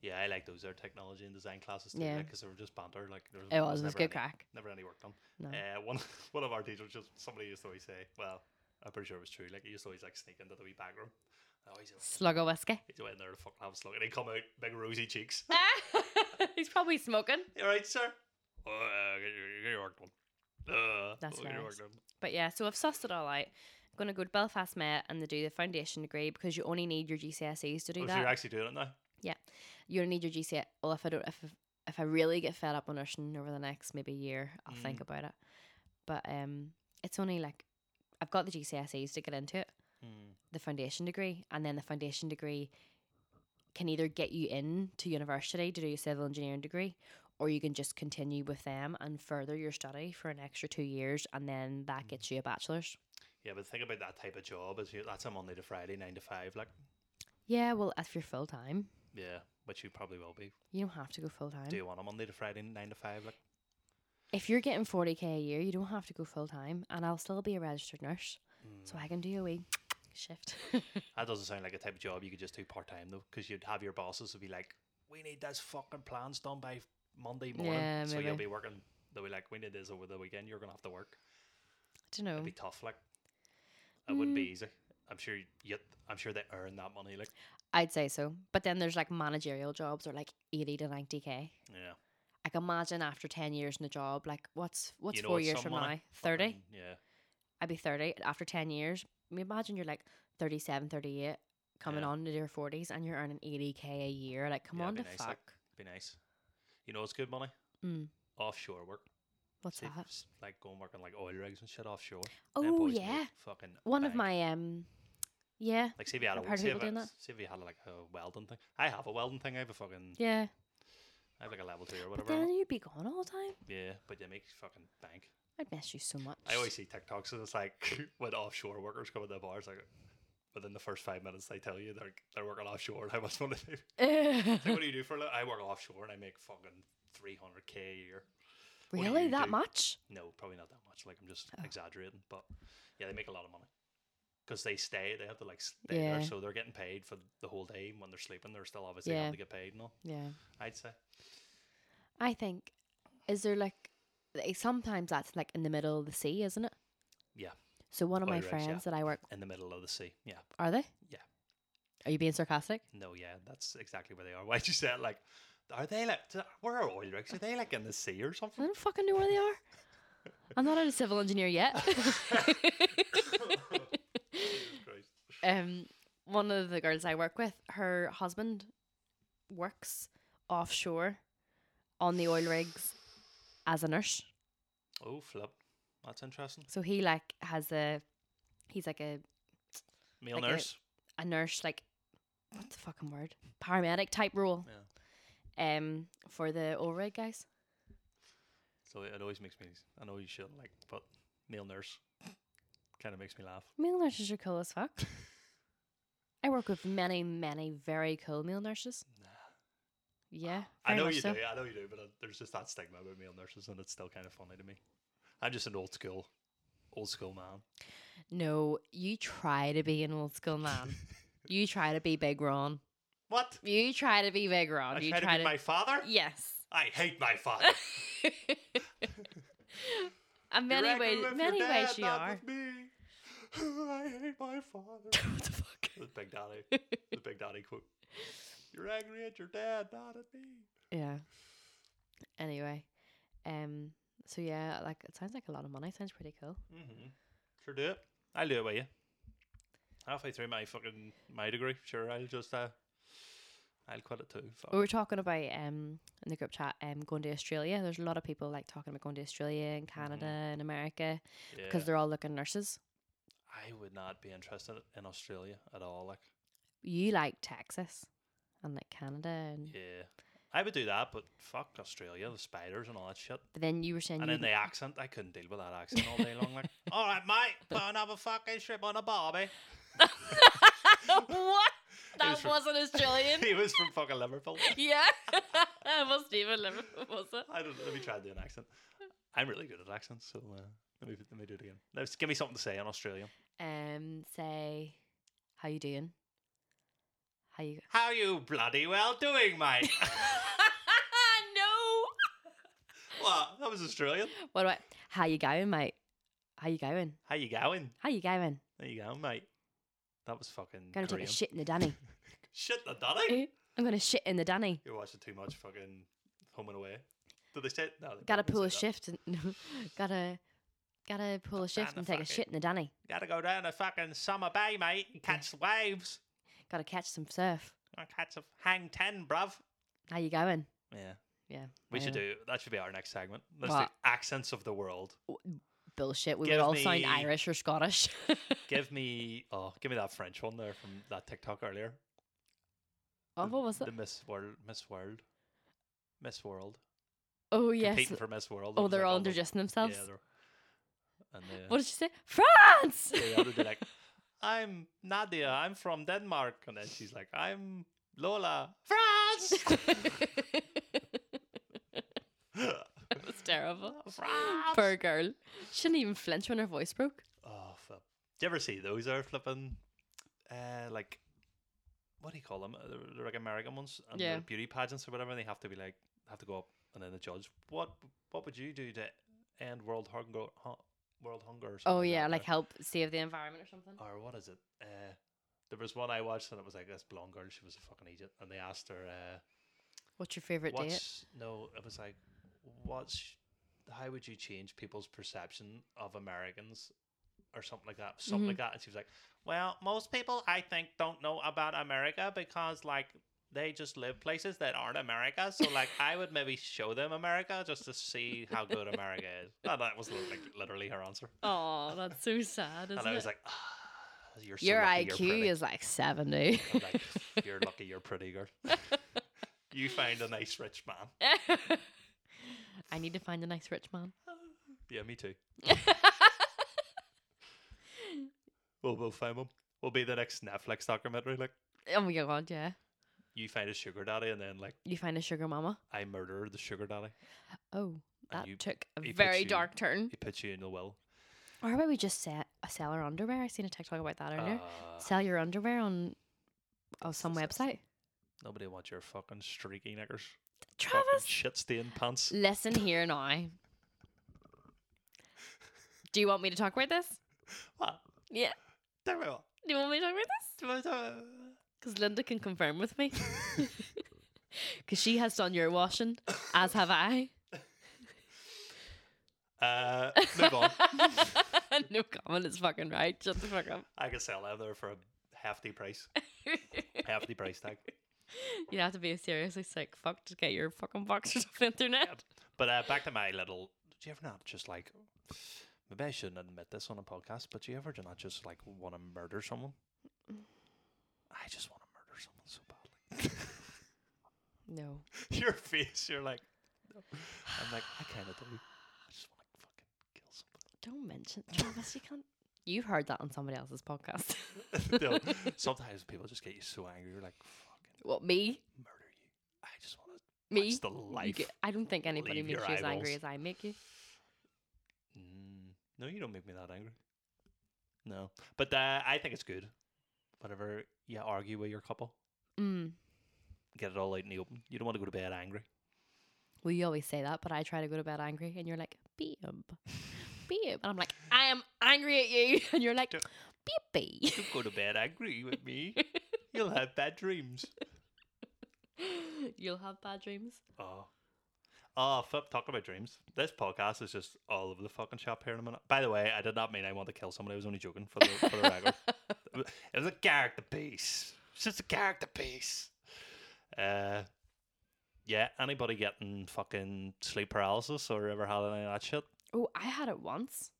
A: Yeah, I like those. They're technology and design classes too,
B: Yeah.
A: because they were just banter. Like there was,
B: It
A: there
B: was, it was
A: Mm-hmm. never
B: good Uh-huh.
A: any-
B: crack.
A: Never any work done.
B: No.
A: Uh, one one of our teachers just somebody used to always say, well, I'm pretty sure it was true. Like he used to always like sneak into the wee back room. Oh, he's,
B: Slug of whiskey.
A: he's went in there to fucking have a slug, and he'd come out big rosy cheeks.
B: He's probably smoking.
A: All right, sir. Oh, uh, get, your, get your work done. Uh,
B: That's
A: oh, get your
B: hilarious.
A: work done.
B: But yeah, so I've sussed it all out. I'm gonna go to Belfast Met and they do the foundation degree because you only need your GCSEs to do
A: Oh, so
B: that.
A: you're actually doing it now?
B: you only need your GCSE. Well, if I don't, if if I really get fed up on nursing over the next maybe year, I'll think
A: Mm.
B: about it. But um, it's only like I've got the GCSEs to get into it. the foundation degree, and then the foundation degree can either get you in to university to do your civil engineering degree, or you can just continue with them and further your study for an extra two years, and then
A: Mm.
B: that gets you a bachelor's.
A: Yeah, but think about that type of job. Is you, that's a Monday to Friday, nine to five. Like,
B: Yeah, well, if you're full time,
A: yeah, which you probably will be.
B: you don't have to go full
A: Do
B: time.
A: you want a Monday to Friday, nine to five? Like,
B: If you're getting forty k a year, you don't have to go full time, and I'll still be a registered nurse, so
A: Mm.
B: I can do a wee shift.
A: That doesn't sound like a type of job you could just do part time though, because you'd have your bosses would be like, "We need those fucking plans done by Monday morning."
B: Yeah,
A: so you'll
B: maybe.
A: be working. They'll be like, "We need this over the weekend. You're gonna have to work."
B: I don't know.
A: It'd be tough, like. It wouldn't
B: Mm.
A: be easy. I'm sure. Yet, I'm sure they earn that money. Like,
B: I'd say so, but then there's like managerial jobs or like eighty to ninety k.
A: yeah.
B: like imagine after 10 years in a job like what's what's
A: know
B: four
A: it's
B: years
A: some
B: from
A: money.
B: now 30
A: Fucking- yeah.
B: i'd be 30 after 10 years I mean, imagine you're like 37 38 coming
A: Yeah.
B: on into your 40s and you're earning 80k a year like come
A: Yeah,
B: on to
A: it'd be nice,
B: fuck
A: like, Be nice. You know, it's good money.
B: mm,
A: Offshore work.
B: what's
A: See,
B: that
A: s- Like going working like oil rigs and shit offshore. Them
B: oh
A: boys make
B: yeah
A: Fucking.
B: one of
A: bank.
B: my um yeah
A: Like, see if you had
B: I've
A: a
B: heard
A: see if,
B: people doing
A: I-
B: that.
A: see if you had like a welding thing. I have a welding thing. I have a fucking.
B: yeah
A: I have like a level two or
B: but
A: whatever. on
B: then
A: it.
B: you'd be gone all the time
A: yeah, but you make fucking bank.
B: i'd miss you so much
A: I always see TikToks and it's like when offshore workers come into the bars, like within the first five minutes they tell you they're they're working offshore and how much money they. It's like, what do you do for? a li- I work offshore and I make fucking three hundred k a year. do
B: really
A: you
B: that
A: do?
B: much
A: No, probably not that much. Like I'm just
B: Oh.
A: exaggerating, but yeah, they make a lot of money because they stay. They have to like stay there,
B: Yeah.
A: so they're getting paid for the whole day. And when they're sleeping, they're still obviously
B: Yeah.
A: having to get paid and all.
B: yeah
A: I'd say.
B: i think is there like like, sometimes that's like in the middle of the sea isn't it
A: Yeah.
B: so one of
A: Oil
B: my
A: rigs, yeah.
B: friends that i work
A: In the middle of the sea. Yeah.
B: Are they?
A: Yeah.
B: Are you being sarcastic?
A: No, yeah, that's exactly where they are. Why'd you say it? Like, are they like, t- where are oil rigs? Are they like in the sea or
B: I
A: something?
B: don't fucking know where they are. I'm not a civil engineer yet.
A: Jesus Christ.
B: um, one of the girls I work with, her husband works offshore on the oil rigs as a nurse.
A: Oh, flip. That's interesting.
B: So he like has a, he's like a
A: Male
B: Like a-
A: nurse.
B: a nurse like what's the fucking word paramedic type role.
A: Yeah.
B: Um, for the oil rig guys.
A: So it always makes me, I know you shouldn't like, but male nurse. Kind of makes me laugh.
B: Meal nurses are cool as fuck. I work with many, many very cool meal nurses.
A: Nah.
B: Yeah,
A: I
B: very
A: know
B: much
A: you
B: so.
A: do. I know you do. But uh, there's just that stigma about male nurses, and it's still kind of funny to me. I'm just an old school, old school man.
B: No, you try to be an old school man. you try to be Big Ron.
A: What?
B: You try to be Big Ron.
A: I
B: you
A: try to be my father.
B: yes.
A: I hate my father.
B: and
A: You
B: many
A: reckon
B: ways,
A: with your
B: many
A: dad,
B: ways you
A: not
B: are.
A: with me. I hate my father.
B: what the fuck?
A: the Big Daddy. The Big Daddy quote. You're angry at your dad, not at me.
B: Yeah. Anyway, um, so yeah, like it sounds like a lot of money. Sounds pretty cool.
A: Mm-hmm. Sure do it. I'll do it with you. Halfway through my fucking my degree, sure I'll just uh, I'll quit it too. Fuck.
B: We were talking about um in the group chat um going to Australia. There's a lot of people like talking about going to Australia and Canada and America because
A: Mm-hmm. Yeah.
B: they're all looking nurses.
A: I would not be interested in Australia at all. Like,
B: You like Texas and like Canada and
A: yeah, I would do that, but fuck Australia, the spiders and all that shit.
B: but then you were saying
A: And
B: you
A: then the accent, I couldn't deal with that accent all day long. Like, all right, mate, put another fucking strip on a Barbie.
B: what?
A: was
B: That
A: from-
B: wasn't Australian.
A: he was from fucking Liverpool.
B: yeah. it wasn't even Liverpool, was it?
A: I don't. Let me try to do an accent. I'm really good at accents, so uh, let me let me do it again. Let's give me something to say in Australian.
B: Um, say, how you doing? How you?
A: How you bloody well doing, mate?
B: no.
A: what? That was Australian.
B: What about how you going, mate? How you going?
A: How you going?
B: How you going?
A: There you go, mate. That was fucking
B: Gonna
A: Korean.
B: take a shit in the dunny.
A: Shit, the daddy.
B: I'm gonna shit in the dunny.
A: You're watching too much fucking Home and Away. Did they say? No, they
B: Gotta
A: didn't say
B: pull a
A: that.
B: shift. And, gotta, gotta pull a
A: down
B: shift and
A: the
B: take a
A: fucking-
B: shit in the dunny.
A: Gotta go down to fucking Summer Bay, mate, and catch
B: Mm.
A: the waves.
B: Gotta catch some surf.
A: I catch a hang ten, bruv.
B: How you going?
A: Yeah,
B: Yeah.
A: we should do
B: anyway.
A: that. Should be our next segment. Let's do
B: What?
A: accents of the world.
B: bullshit. We
A: Give
B: would all sound
A: me-
B: Irish or Scottish.
A: give me oh, give me that French one there from that TikTok earlier.
B: oh,
A: The-
B: what was
A: the
B: it?
A: Miss World, Miss World, Miss World.
B: Oh yes.
A: competing for Miss World.
B: Oh,
A: It was
B: they're
A: like
B: all
A: the-
B: introducing themselves.
A: Yeah, they're, and they,
B: What did she say? France.
A: they all do like, I'm Nadia. I'm from Denmark, and then she's like, I'm Lola, France,
B: It was terrible.
A: France.
B: Poor girl. She didn't even flinch when her voice broke.
A: Oh, flip. Do you ever see those are flipping, uh, like, what do you call them? Uh, They're, they're like American ones, and
B: Yeah.
A: they're beauty pageants or whatever. And they have to be like, have to go up, and then the judge, what, what would you do to end world hunger? Hu- world hunger? Or something
B: Oh yeah,
A: that,
B: like
A: or-
B: help save the environment or something.
A: or what is it? Uh, there was one I watched, and it was like this blonde girl. She was a fucking idiot, and they asked her, uh,
B: What's your favorite date?
A: "What's no?" It was like, "What's how would you change people's perception of Americans?" Or something like that, something
B: Mm-hmm.
A: like that, and she was like, "Well, most people I think don't know about America because like they just live places that aren't America. So like I would maybe show them America just to see how good America is." No, that was like literally her answer,
B: Oh, that's so sad, isn't
A: and I was
B: it?
A: like, ah, "You're so
B: Your
A: lucky
B: IQ
A: you're pretty."
B: is like seventy.
A: I'm like, you're lucky you're pretty girl. you find a nice rich man.
B: I need to find a nice rich man. Oh
A: Yeah, me too. we'll, we'll find him. We'll be the next Netflix documentary. Like,
B: Oh my god, yeah.
A: you find a sugar daddy, and then, like,
B: You find a sugar mama.
A: I murder the sugar daddy.
B: Oh, that
A: you-
B: took a
A: he puts
B: very
A: you-
B: dark turn.
A: He puts you in the will.
B: Or about we just sell, sell our underwear? I seen a TikTok about that earlier.
A: Ah,
B: sell your underwear on oh, some
A: that's-
B: website.
A: nobody wants your fucking streaky knickers. Fucking
B: Travis,
A: shit stained pants.
B: listen here now. Do you want me to talk about this?
A: What?
B: Yeah.
A: Tell me what.
B: Do you want me to talk about this?
A: Tell me what-
B: Because Linda can confirm with me. Because she has done your washing, as have I.
A: Uh, move on.
B: no comment is fucking right. Shut the fuck up.
A: I could sell them there for a hefty price. hefty price tag.
B: You'd have to be seriously sick fuck to get your fucking boxers off the internet.
A: But uh, back to my little. Do you ever not just like? Maybe I shouldn't admit this on a podcast, but do you ever do not just like want to murder someone? I just want to murder someone so badly.
B: No.
A: Your face, you're like. "No." I'm like, I kind of do. I just want to fucking kill someone.
B: Don't mention Travis. You can't. You heard that on somebody else's podcast.
A: No, sometimes people just get you so angry. You're like, fucking
B: what me?
A: murder you. I just want to
B: Me?
A: That's the
B: You
A: life.
B: get- I don't think anybody
A: Leave your
B: makes you as angry
A: eyeballs.
B: as I make you.
A: Mm, no, you don't make me that angry. No, but uh, I think it's good. Whenever you argue with your couple,
B: Mm.
A: get it all out in the open. You don't want to go to bed angry.
B: Well, you always say that, but I try to go to bed angry, and you're like, babe, babe, and I'm like, I am angry at you, and you're like,
A: Don't-
B: baby.
A: Don't go to bed angry with me. You'll have bad dreams.
B: You'll have bad dreams.
A: Oh. Oh, flip, talk about dreams. This podcast is just all over the fucking shop here in a minute. By the way, I did not mean I want to kill someone. I was only joking for the, for the record. It was a character piece. It's just a character piece. Uh, yeah, anybody getting fucking sleep paralysis or ever had any of that shit?
B: oh, I had it once.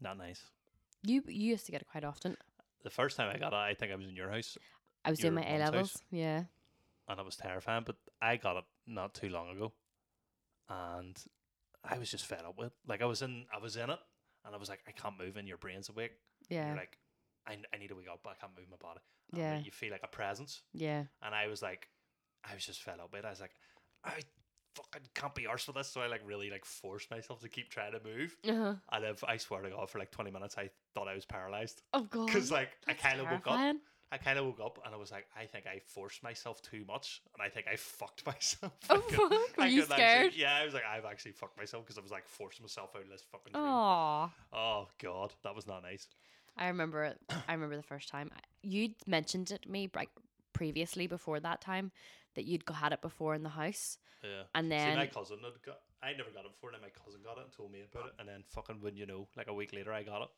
A: Not nice.
B: You you used to get it quite often.
A: The first time I got it, I think I was in your house
B: I was doing
A: Your
B: my A
A: mum's house?
B: levels. Yeah.
A: and it was terrifying. But I got it not too long ago, and I was just fed up with. it. Like I was in, I was in it, and I was like, I can't move, and your brain's awake. And
B: Yeah.
A: You're like, I, I need to wake up. but I can't move my body. And
B: Yeah.
A: You feel like a presence,
B: yeah.
A: and I was like, I was just fed up with. it. I was like, I fucking can't be arsed with this. So I like really like forced myself to keep trying to move.
B: Uh-huh.
A: And if I swear to God, for like twenty minutes, I thought I was paralyzed
B: Oh god.
A: because like I
B: that's
A: kind of woke up.
B: terrifying.
A: I kind of woke up and I was like, I think I forced myself too much, and I think I fucked myself.
B: Oh,
A: I could-
B: fuck, were
A: I
B: you
A: couldn't
B: scared?
A: Actually, yeah, I was like, I've actually fucked myself because I was like forcing myself out of this fucking dream. Oh.
B: Aw.
A: god, that was not nice.
B: I remember it. I remember the first time I- you'd mentioned it to me like previously before that time that you'd go- had it before in the house
A: Yeah.
B: and
A: See,
B: then
A: my cousin had got. I never got it before, and then my cousin got it and told me about it, and then fucking wouldn't you know, like a week later, I got it,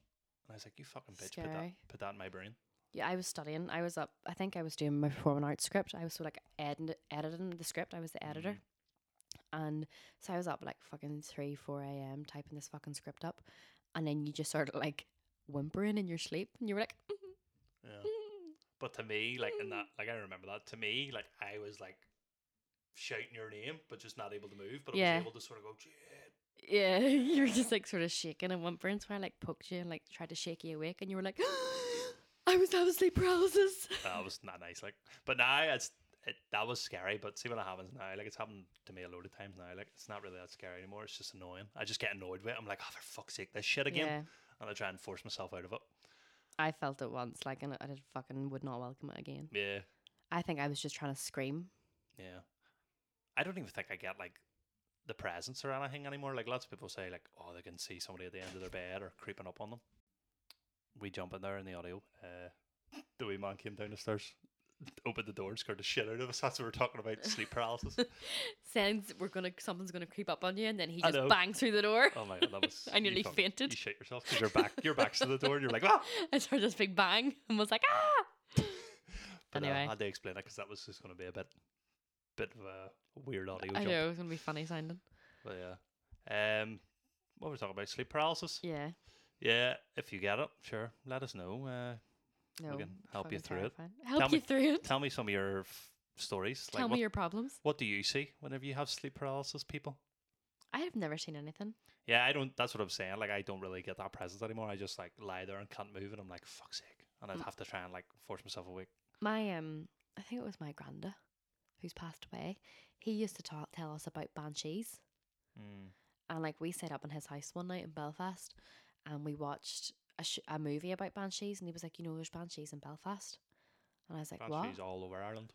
A: and I was like, you fucking bitch, put that,
B: Scary.
A: put that in my brain.
B: yeah, I was studying. I was up. I think I was doing my performing arts script. I was sort of like edit, editing the script. I was the editor. And so I was up like fucking 3, 4 a.m. typing this fucking script up. And then you just started like whimpering in your sleep. And you were like,
A: Yeah. But to me, like in that, like I remember that. To me, like I was like shouting your name, but just not able to move. But I
B: Yeah.
A: was able to sort of go, "Yeah,
B: yeah, you were just like sort of shaking and whimpering. So I like poked you and like tried to shake you awake. And you were like, I was having sleep paralysis.
A: that was not nice. Like, but now it's it, that was scary. But see when it happens now, like it's happened to me a load of times now. Like it's not really that scary anymore. It's just annoying. I just get annoyed with it. I'm like, oh for fuck's sake, this shit again,
B: Yeah,
A: and I try and force myself out of it.
B: I felt it once. Like, and I did fucking would not welcome it again.
A: Yeah,
B: I think I was just trying to scream.
A: yeah. I don't even think I get like the presence or anything anymore. Like lots of people say, like, oh, they can see somebody at the end of their bed or creeping up on them. We jump in there in the audio. Uh, the wee man came down the stairs, opened the door, and scared the shit out of us. That's what we're talking about sleep paralysis.
B: Sounds we're gonna someone's gonna creep up on you, and then he
A: I
B: just
A: know.
B: bangs through the door.
A: Oh my god, that was.
B: I nearly
A: you fucking-
B: fainted.
A: You shit yourself because your back, your back's to the door, and you're like, ah.
B: I heard this big bang and was like, ah.
A: But uh,
B: Anyway.
A: I had to explain it because that was just going to be a bit, bit of a weird audio
B: I
A: jump.
B: know it was gonna be funny sounding.
A: But yeah, um, what were we talking about? Sleep paralysis.
B: Yeah.
A: Yeah, if you get it, sure, let us know. Uh,
B: No.
A: can help you
B: fucking
A: through it.
B: terrifying. Help
A: Tell
B: you
A: me-
B: through it.
A: tell me some of your f- stories.
B: Tell
A: like,
B: me
A: what,
B: your problems.
A: what do you see whenever you have sleep paralysis, people?
B: I have never seen anything.
A: Yeah, I don't. That's what I'm saying. Like, I don't really get that presence anymore. I just like lie there and can't move, and I'm like, fuck's sake, and I'd
B: Mm.
A: have to try and like force myself awake.
B: My um, I think it was my granda, who's passed away. He used to ta- tell us about banshees,
A: Mm.
B: and like we set up in his house one night in Belfast, and we watched a, sh- a movie about banshees, and he was like, "You know, there's banshees in Belfast," and I was like, "What?"
A: Banshees all over Ireland.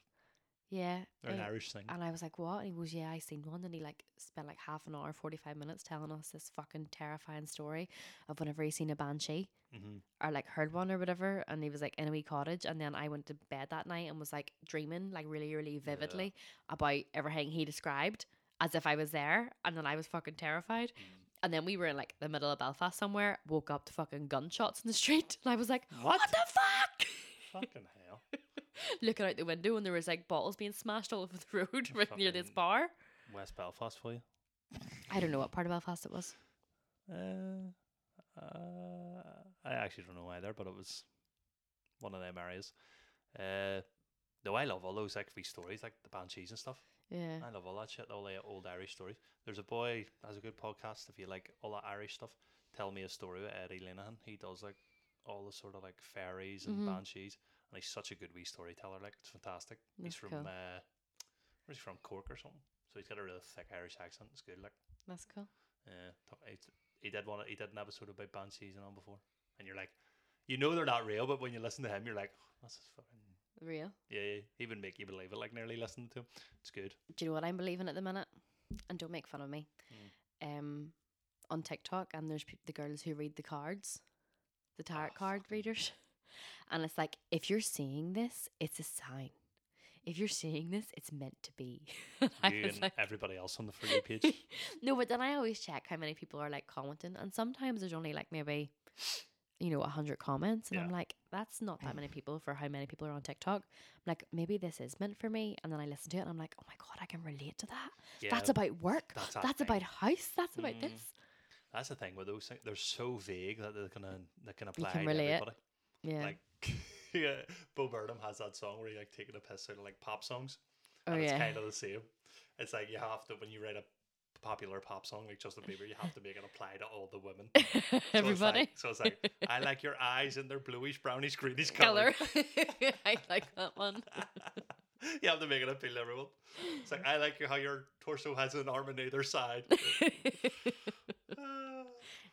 B: Yeah,
A: They're an
B: eh,
A: Irish thing.
B: And I was like, what? And he goes, yeah, I seen one. And he like spent like half an hour, 45 minutes telling us this fucking terrifying story of whenever he seen a banshee
A: Mm-hmm.
B: or like heard one or whatever. And he was like in a wee cottage. And then I went to bed that night and was like dreaming like really, really vividly about everything he described as if I was there. And then I was fucking terrified.
A: Mm.
B: And then we were in like the middle of Belfast somewhere, woke up to fucking gunshots in the street. And I was like,
A: What?
B: what the fuck?
A: Fucking hell.
B: Looking out the window and there was like bottles being smashed all over the road right near this
A: Fucking-
B: bar.
A: West Belfast for you?
B: I don't know what part of Belfast it was.
A: Uh, uh, I actually don't know either, but it was one of them areas. Uh, no, I love all those like wee stories, like the banshees and stuff.
B: Yeah.
A: I love all that shit, all the old Irish stories. There's a boy has a good podcast if you like all that Irish stuff. Tell me a story with Eddie Linehan. He does like all the sort of like fairies and
B: Mhm.
A: banshees, and he's such a good wee storyteller. Like it's fantastic.
B: That's
A: he's from
B: cool.
A: uh, where's he from? Cork or something. So he's got a real thick Irish accent. It's good. Like
B: That's cool.
A: yeah, talk- it's, he did one. He did an episode about banshees and all before, and you're like, you know they're not real, but when you listen to him, you're like, that's just fucking.
B: Real.
A: Yeah, yeah, he would make you believe it. Like nearly listening to him, it's good.
B: Do you know what I'm believing at the minute? And don't make fun of me.
A: Mm.
B: Um, on TikTok, and there's pe- the girls who read the cards, the tarot
A: Oh,
B: card
A: fucking-
B: readers, and it's like if you're seeing this, it's a sign. If you're seeing this, it's meant to be. And I
A: You
B: was
A: and
B: like-
A: everybody else on the for you page.
B: no, but then I always check how many people are like commenting, and sometimes there's only like maybe, you know, hundred comments, and I'm
A: Yeah.
B: like, that's not that many people for how many people are on TikTok. I'm like, maybe this is meant for me, and then I listen to it, and I'm like, oh my god, I can relate to that.
A: Yeah,
B: That's about work.
A: that's
B: That's,
A: that thing.
B: about house. That's about
A: Mm.
B: this.
A: That's the thing with those things. They're so vague that they can uh, they can apply to
B: relate.
A: everybody.
B: Yeah.
A: Like yeah, Bo Burnham has that song where he like taking a piss out of like pop songs,
B: oh
A: and it's
B: yeah.
A: kind of the same. It's like you have to when you write a popular pop song like Justin Bieber, you have to make it apply to all the women. So it's
B: Everybody.
A: like- So it's like, I like your eyes and their bluish, brownish, greenish color.
B: color. I like that one.
A: you have to make it appeal to everyone. It's like I like your, how your torso has an arm on either side. Ah,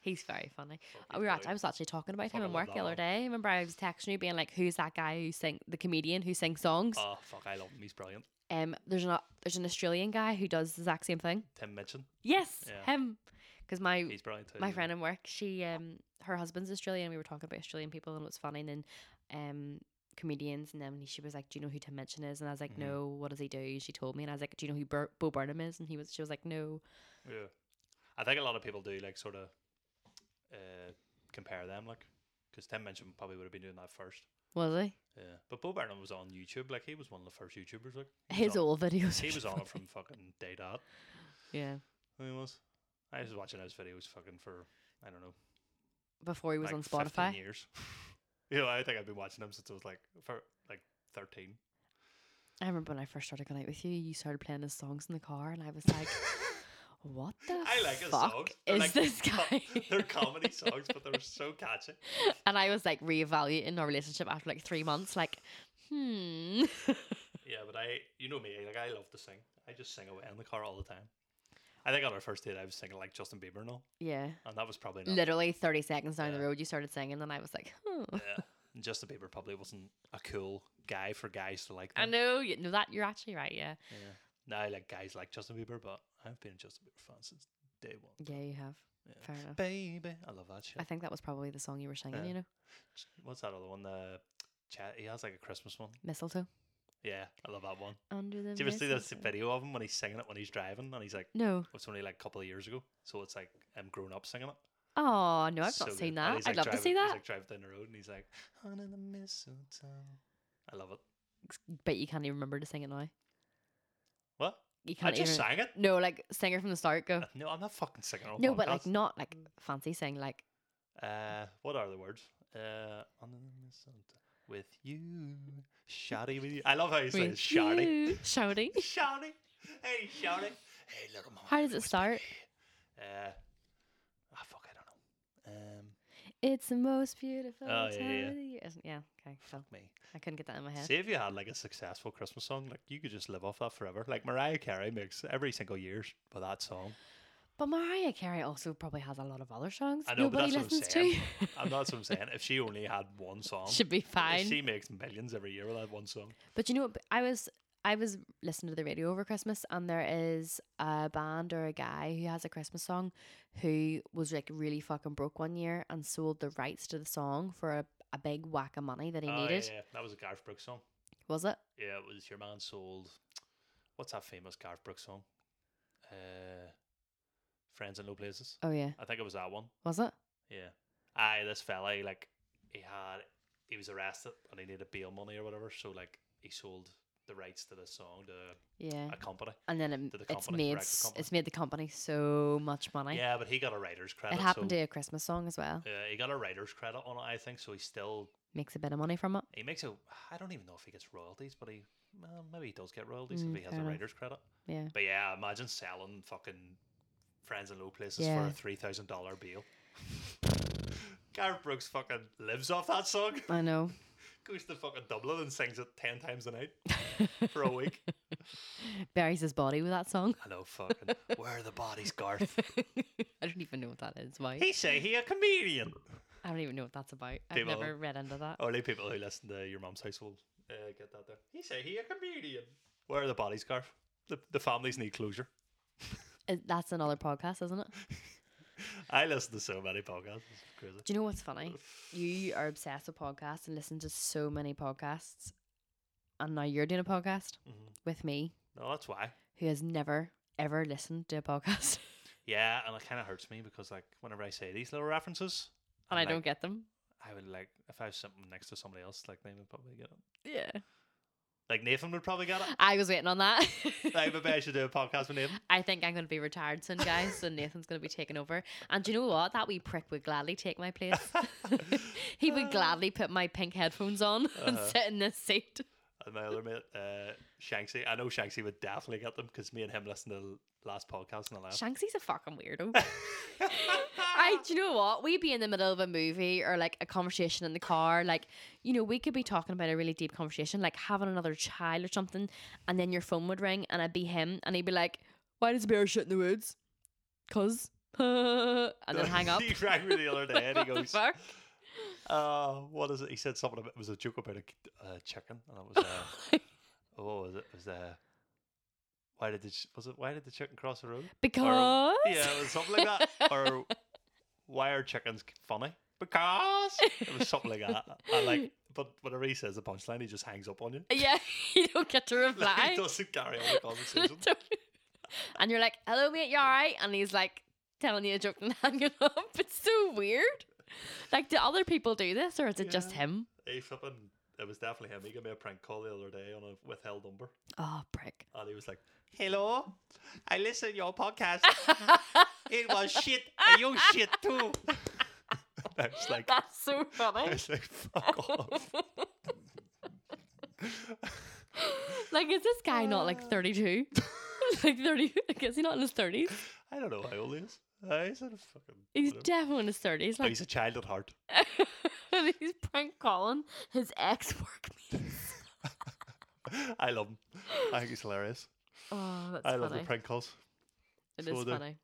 B: He's very funny.
A: fucking
B: we were act-
A: brilliant.
B: I was actually talking about him
A: Fucking
B: at
A: love
B: work
A: that
B: the other
A: one.
B: day. Remember, I was texting you, being like, "Who's that guy who sing the comedian who sings songs?"
A: Oh fuck, I love him. He's brilliant.
B: um, there's an there's an Australian guy who does the exact same thing.
A: Tim Mitchell,
B: Yes,
A: Yeah.
B: him. Because my
A: he's brilliant too.
B: Mm. my friend in work, she um her husband's Australian. and We were talking about Australian people and what's funny and then, um comedians and then she was like, "Do you know who Tim Minchin is?" And I was like,
A: Mhm.
B: "No." What does he do? She told me, and I was like, "Do you know who Bur- Bo Burnham is?" And he was she was like, "No."
A: Yeah, I think a lot of people do like sort of uh, compare them, like because Tim Minchin probably would have been doing that first.
B: Was he?
A: Yeah, but Bo Burnham was on YouTube, like he was one of the first YouTubers. Like he was
B: His
A: on-
B: old videos.
A: he
B: are
A: was on
B: funny.
A: it from fucking day dot.
B: yeah
A: He was. I was watching his videos fucking for I don't know.
B: before he was
A: like
B: on
A: 15
B: Spotify.
A: Years. you know, I think I've been watching him since I was like for like thirteen.
B: I remember when I first started going out with you, you started playing his songs in the car, and I was like, "What the
A: I like his
B: fuck
A: songs. They're
B: is
A: like
B: this
A: co-
B: guy?"
A: They're comedy songs, but they're so catchy.
B: and I was like reevaluating our relationship after like three months, like, hmm.
A: Yeah, but I, you know me, like I love to sing. I just sing away in the car all the time. I think on our first date, I was singing like Justin Bieber and all,
B: yeah.
A: and that was probably not.
B: Literally 30 seconds down the
A: Yeah.
B: road, you started singing, and I was like, hmm.
A: yeah, and Justin Bieber probably wasn't a cool guy for guys to like.
B: I
A: Them.
B: know, you know that you're actually right, yeah.
A: Yeah. Now I like guys like Justin Bieber, but I've been a Justin Bieber fan since day one.
B: Yeah, you have.
A: Yeah.
B: Fair enough.
A: Baby, I love that shit.
B: I think that was probably the song you were singing,
A: Yeah.
B: you know,
A: What's that other one? The chat. He has like a Christmas one.
B: mistletoe.
A: Yeah, I love that one.
B: Under the
A: Did you ever see this
B: mistletoe.
A: video of him when he's singing it when he's driving, and he's like,
B: No.
A: it's only like a couple of years ago, so it's like I'm grown up singing it.
B: Oh, no, I've
A: so
B: not
A: good.
B: seen
A: And
B: that.
A: he's, like,
B: I'd love
A: driving,
B: to see
A: He's
B: that.
A: like driving down the road and he's like, under the mistletoe. I love it.
B: but you can't even remember to sing it now.
A: What?
B: You can't
A: I just
B: even.
A: sang it.
B: No, like sing it from the start. Go.
A: No, I'm not fucking singing. on
B: No, but like
A: podcast.
B: not like fancy sing. Like
A: Uh, what are the words? Uh, under the mistletoe with you, shawty with you. I love how he says
B: with
A: shawty,
B: you, shouting.
A: shawty. Hey, shawty. Hey, little mama.
B: How does it
A: whisper.
B: start?
A: Uh, ah, fuck, I don't know. Um,
B: It's the most beautiful
A: Oh, yeah,
B: time
A: yeah.
B: of the year. Isn't- Yeah. Okay. Cool.
A: me.
B: I couldn't get that in my head.
A: See if you had like a successful Christmas song, like you could just live off that forever. Like Mariah Carey makes every single year with that song.
B: But Mariah Carey also probably has a lot of other songs
A: I know, but
B: nobody
A: that's what I'm
B: listens
A: saying.
B: to.
A: And that's what I'm saying. If she only had one song,
B: Should be fine.
A: she makes millions every year with that one song.
B: But you know, what? I was I was listening to the radio over Christmas, and there is a band or a guy who has a Christmas song who was like really fucking broke one year and sold the rights to the song for a, a big whack of money that he
A: Oh,
B: needed.
A: yeah, that was a Garth Brooks song.
B: Was it?
A: Yeah, it was your man sold. What's that famous Garth Brooks song? Uh, Friends in Low Places.
B: Oh yeah,
A: I think it was that one.
B: was it?
A: Yeah. Aye, this fella, he, like, he had, he was arrested and he needed bail money or whatever. So, like, he sold the rights to the song to
B: Yeah.
A: a company.
B: And then it,
A: to the
B: it's
A: company,
B: made
A: record
B: s-
A: company.
B: it's made the company so much money.
A: Yeah, but he got a writer's credit.
B: it happened
A: so,
B: to a Christmas song as well.
A: Yeah, he got a writer's credit on it, I think. So he still
B: Makes a bit of money from it.
A: he makes a. I don't even know if he gets royalties, but he well, maybe he does get royalties
B: Mm,
A: if he has
B: fair
A: a
B: enough.
A: writer's credit.
B: Yeah.
A: But yeah, imagine selling fucking friends in low places for
B: Yeah.
A: a three thousand dollar bill. Gareth Brooks fucking lives off that song.
B: I know.
A: Goes to fucking Dublin and sings it ten times a night for a week.
B: Buries his body with that song.
A: I know, fucking. Where are the bodies, Garth?
B: I don't even know what that is. Why?
A: He say he a comedian.
B: I don't even know what that's about. I've
A: People-
B: never read into that.
A: Only people who listen to your mom's house will uh, get that there. He say he a comedian. Where are the bodies, Garth? The, the families need closure.
B: Uh, That's another podcast, isn't it?
A: I listen to so many podcasts. It's crazy.
B: Do you know what's funny? You are obsessed with podcasts and listen to so many podcasts, and now you're doing a podcast
A: Mhm.
B: with me,
A: No, that's why.
B: who has never ever listened to a podcast,
A: Yeah, and it kind of hurts me because like whenever I say these little references,
B: and I
A: like,
B: don't get them.
A: I would like if I have something next to somebody else, like they would probably get it.
B: Yeah,
A: Like Nathan would probably get it.
B: I was waiting on that.
A: Like maybe I should do a podcast with Nathan.
B: I think I'm going to be retired soon, guys. So Nathan's going to be taking over. And do you know what? That wee prick would gladly take my place. he would gladly put my pink headphones on and
A: Uh-huh.
B: sit in this seat.
A: And my other mate, uh, Shanksy. I know Shanksy would definitely get them because me and him listened to the last podcast and I laughed.
B: Shanksy's a fucking weirdo. I do you know what? We'd be in the middle of a movie or like a conversation in the car. Like, you know, we could be talking about a really deep conversation, like having another child or something, and then your phone would ring and I'd be him and he'd be like, Why does a bear shit in the woods? Cause and then hang up.
A: he rang me the other day and he
B: What the
A: goes,
B: fuck?
A: uh, what is it? He said something about, it was a joke about a k- uh, chicken and it was, uh, oh, what was it? It was, uh, why did the, ch- was it, why did the chicken cross the road?
B: Because
A: Yeah, it was something like that. Or why are chickens c- funny? Because it was something like that. I like, but whenever he says the punchline, he just hangs up on you.
B: Yeah, you don't get to
A: Like, he
B: reply.
A: doesn't carry on the conversation.
B: and you're like, hello, mate, you alright? And he's like, telling you a joke and hanging up. It's so weird. Like, do other people do this or is it just
A: Yeah.
B: him?
A: he flipping, it was definitely him. He gave me a prank call the other day on a withheld number,
B: Oh, prick.
A: and he was like, "Hello, I listen to your podcast. it was shit, and you shit too." I was like,
B: That's so
A: I
B: funny.
A: was like, "Fuck off."
B: like, is this guy not like 32? like 30, like, is he not in his 30s?
A: I don't know how old he is. Uh, he's in a fucking.
B: He's
A: whatever.
B: definitely in his 30s.
A: Oh,
B: Like,
A: he's a child at heart.
B: and he's prank calling his ex work
A: I love him. I think he's hilarious.
B: Oh, that's
A: I love the
B: funny.
A: prank calls.
B: It
A: so
B: is
A: the-
B: funny.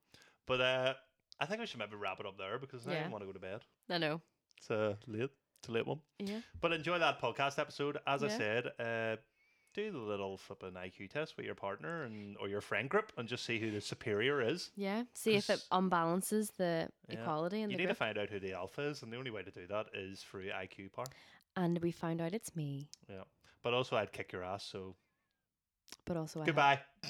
A: But uh, I think I should maybe wrap it up there because now I
B: Yeah.
A: want to go to bed.
B: I know.
A: It's a late, it's a late one.
B: Yeah.
A: But enjoy that podcast episode. As I
B: Yeah.
A: said, uh, do the little flipping IQ test with your partner and or your friend group and just see who the superior is.
B: Yeah. See if it
A: 'Cause-
B: unbalances the
A: Yeah.
B: equality in
A: You
B: the
A: need to
B: group.
A: find out who the alpha is, and the only way to do that is through IQ par.
B: and we found out it's me,
A: Yeah. But also, I'd kick your ass. So
B: but also I have-
A: goodbye.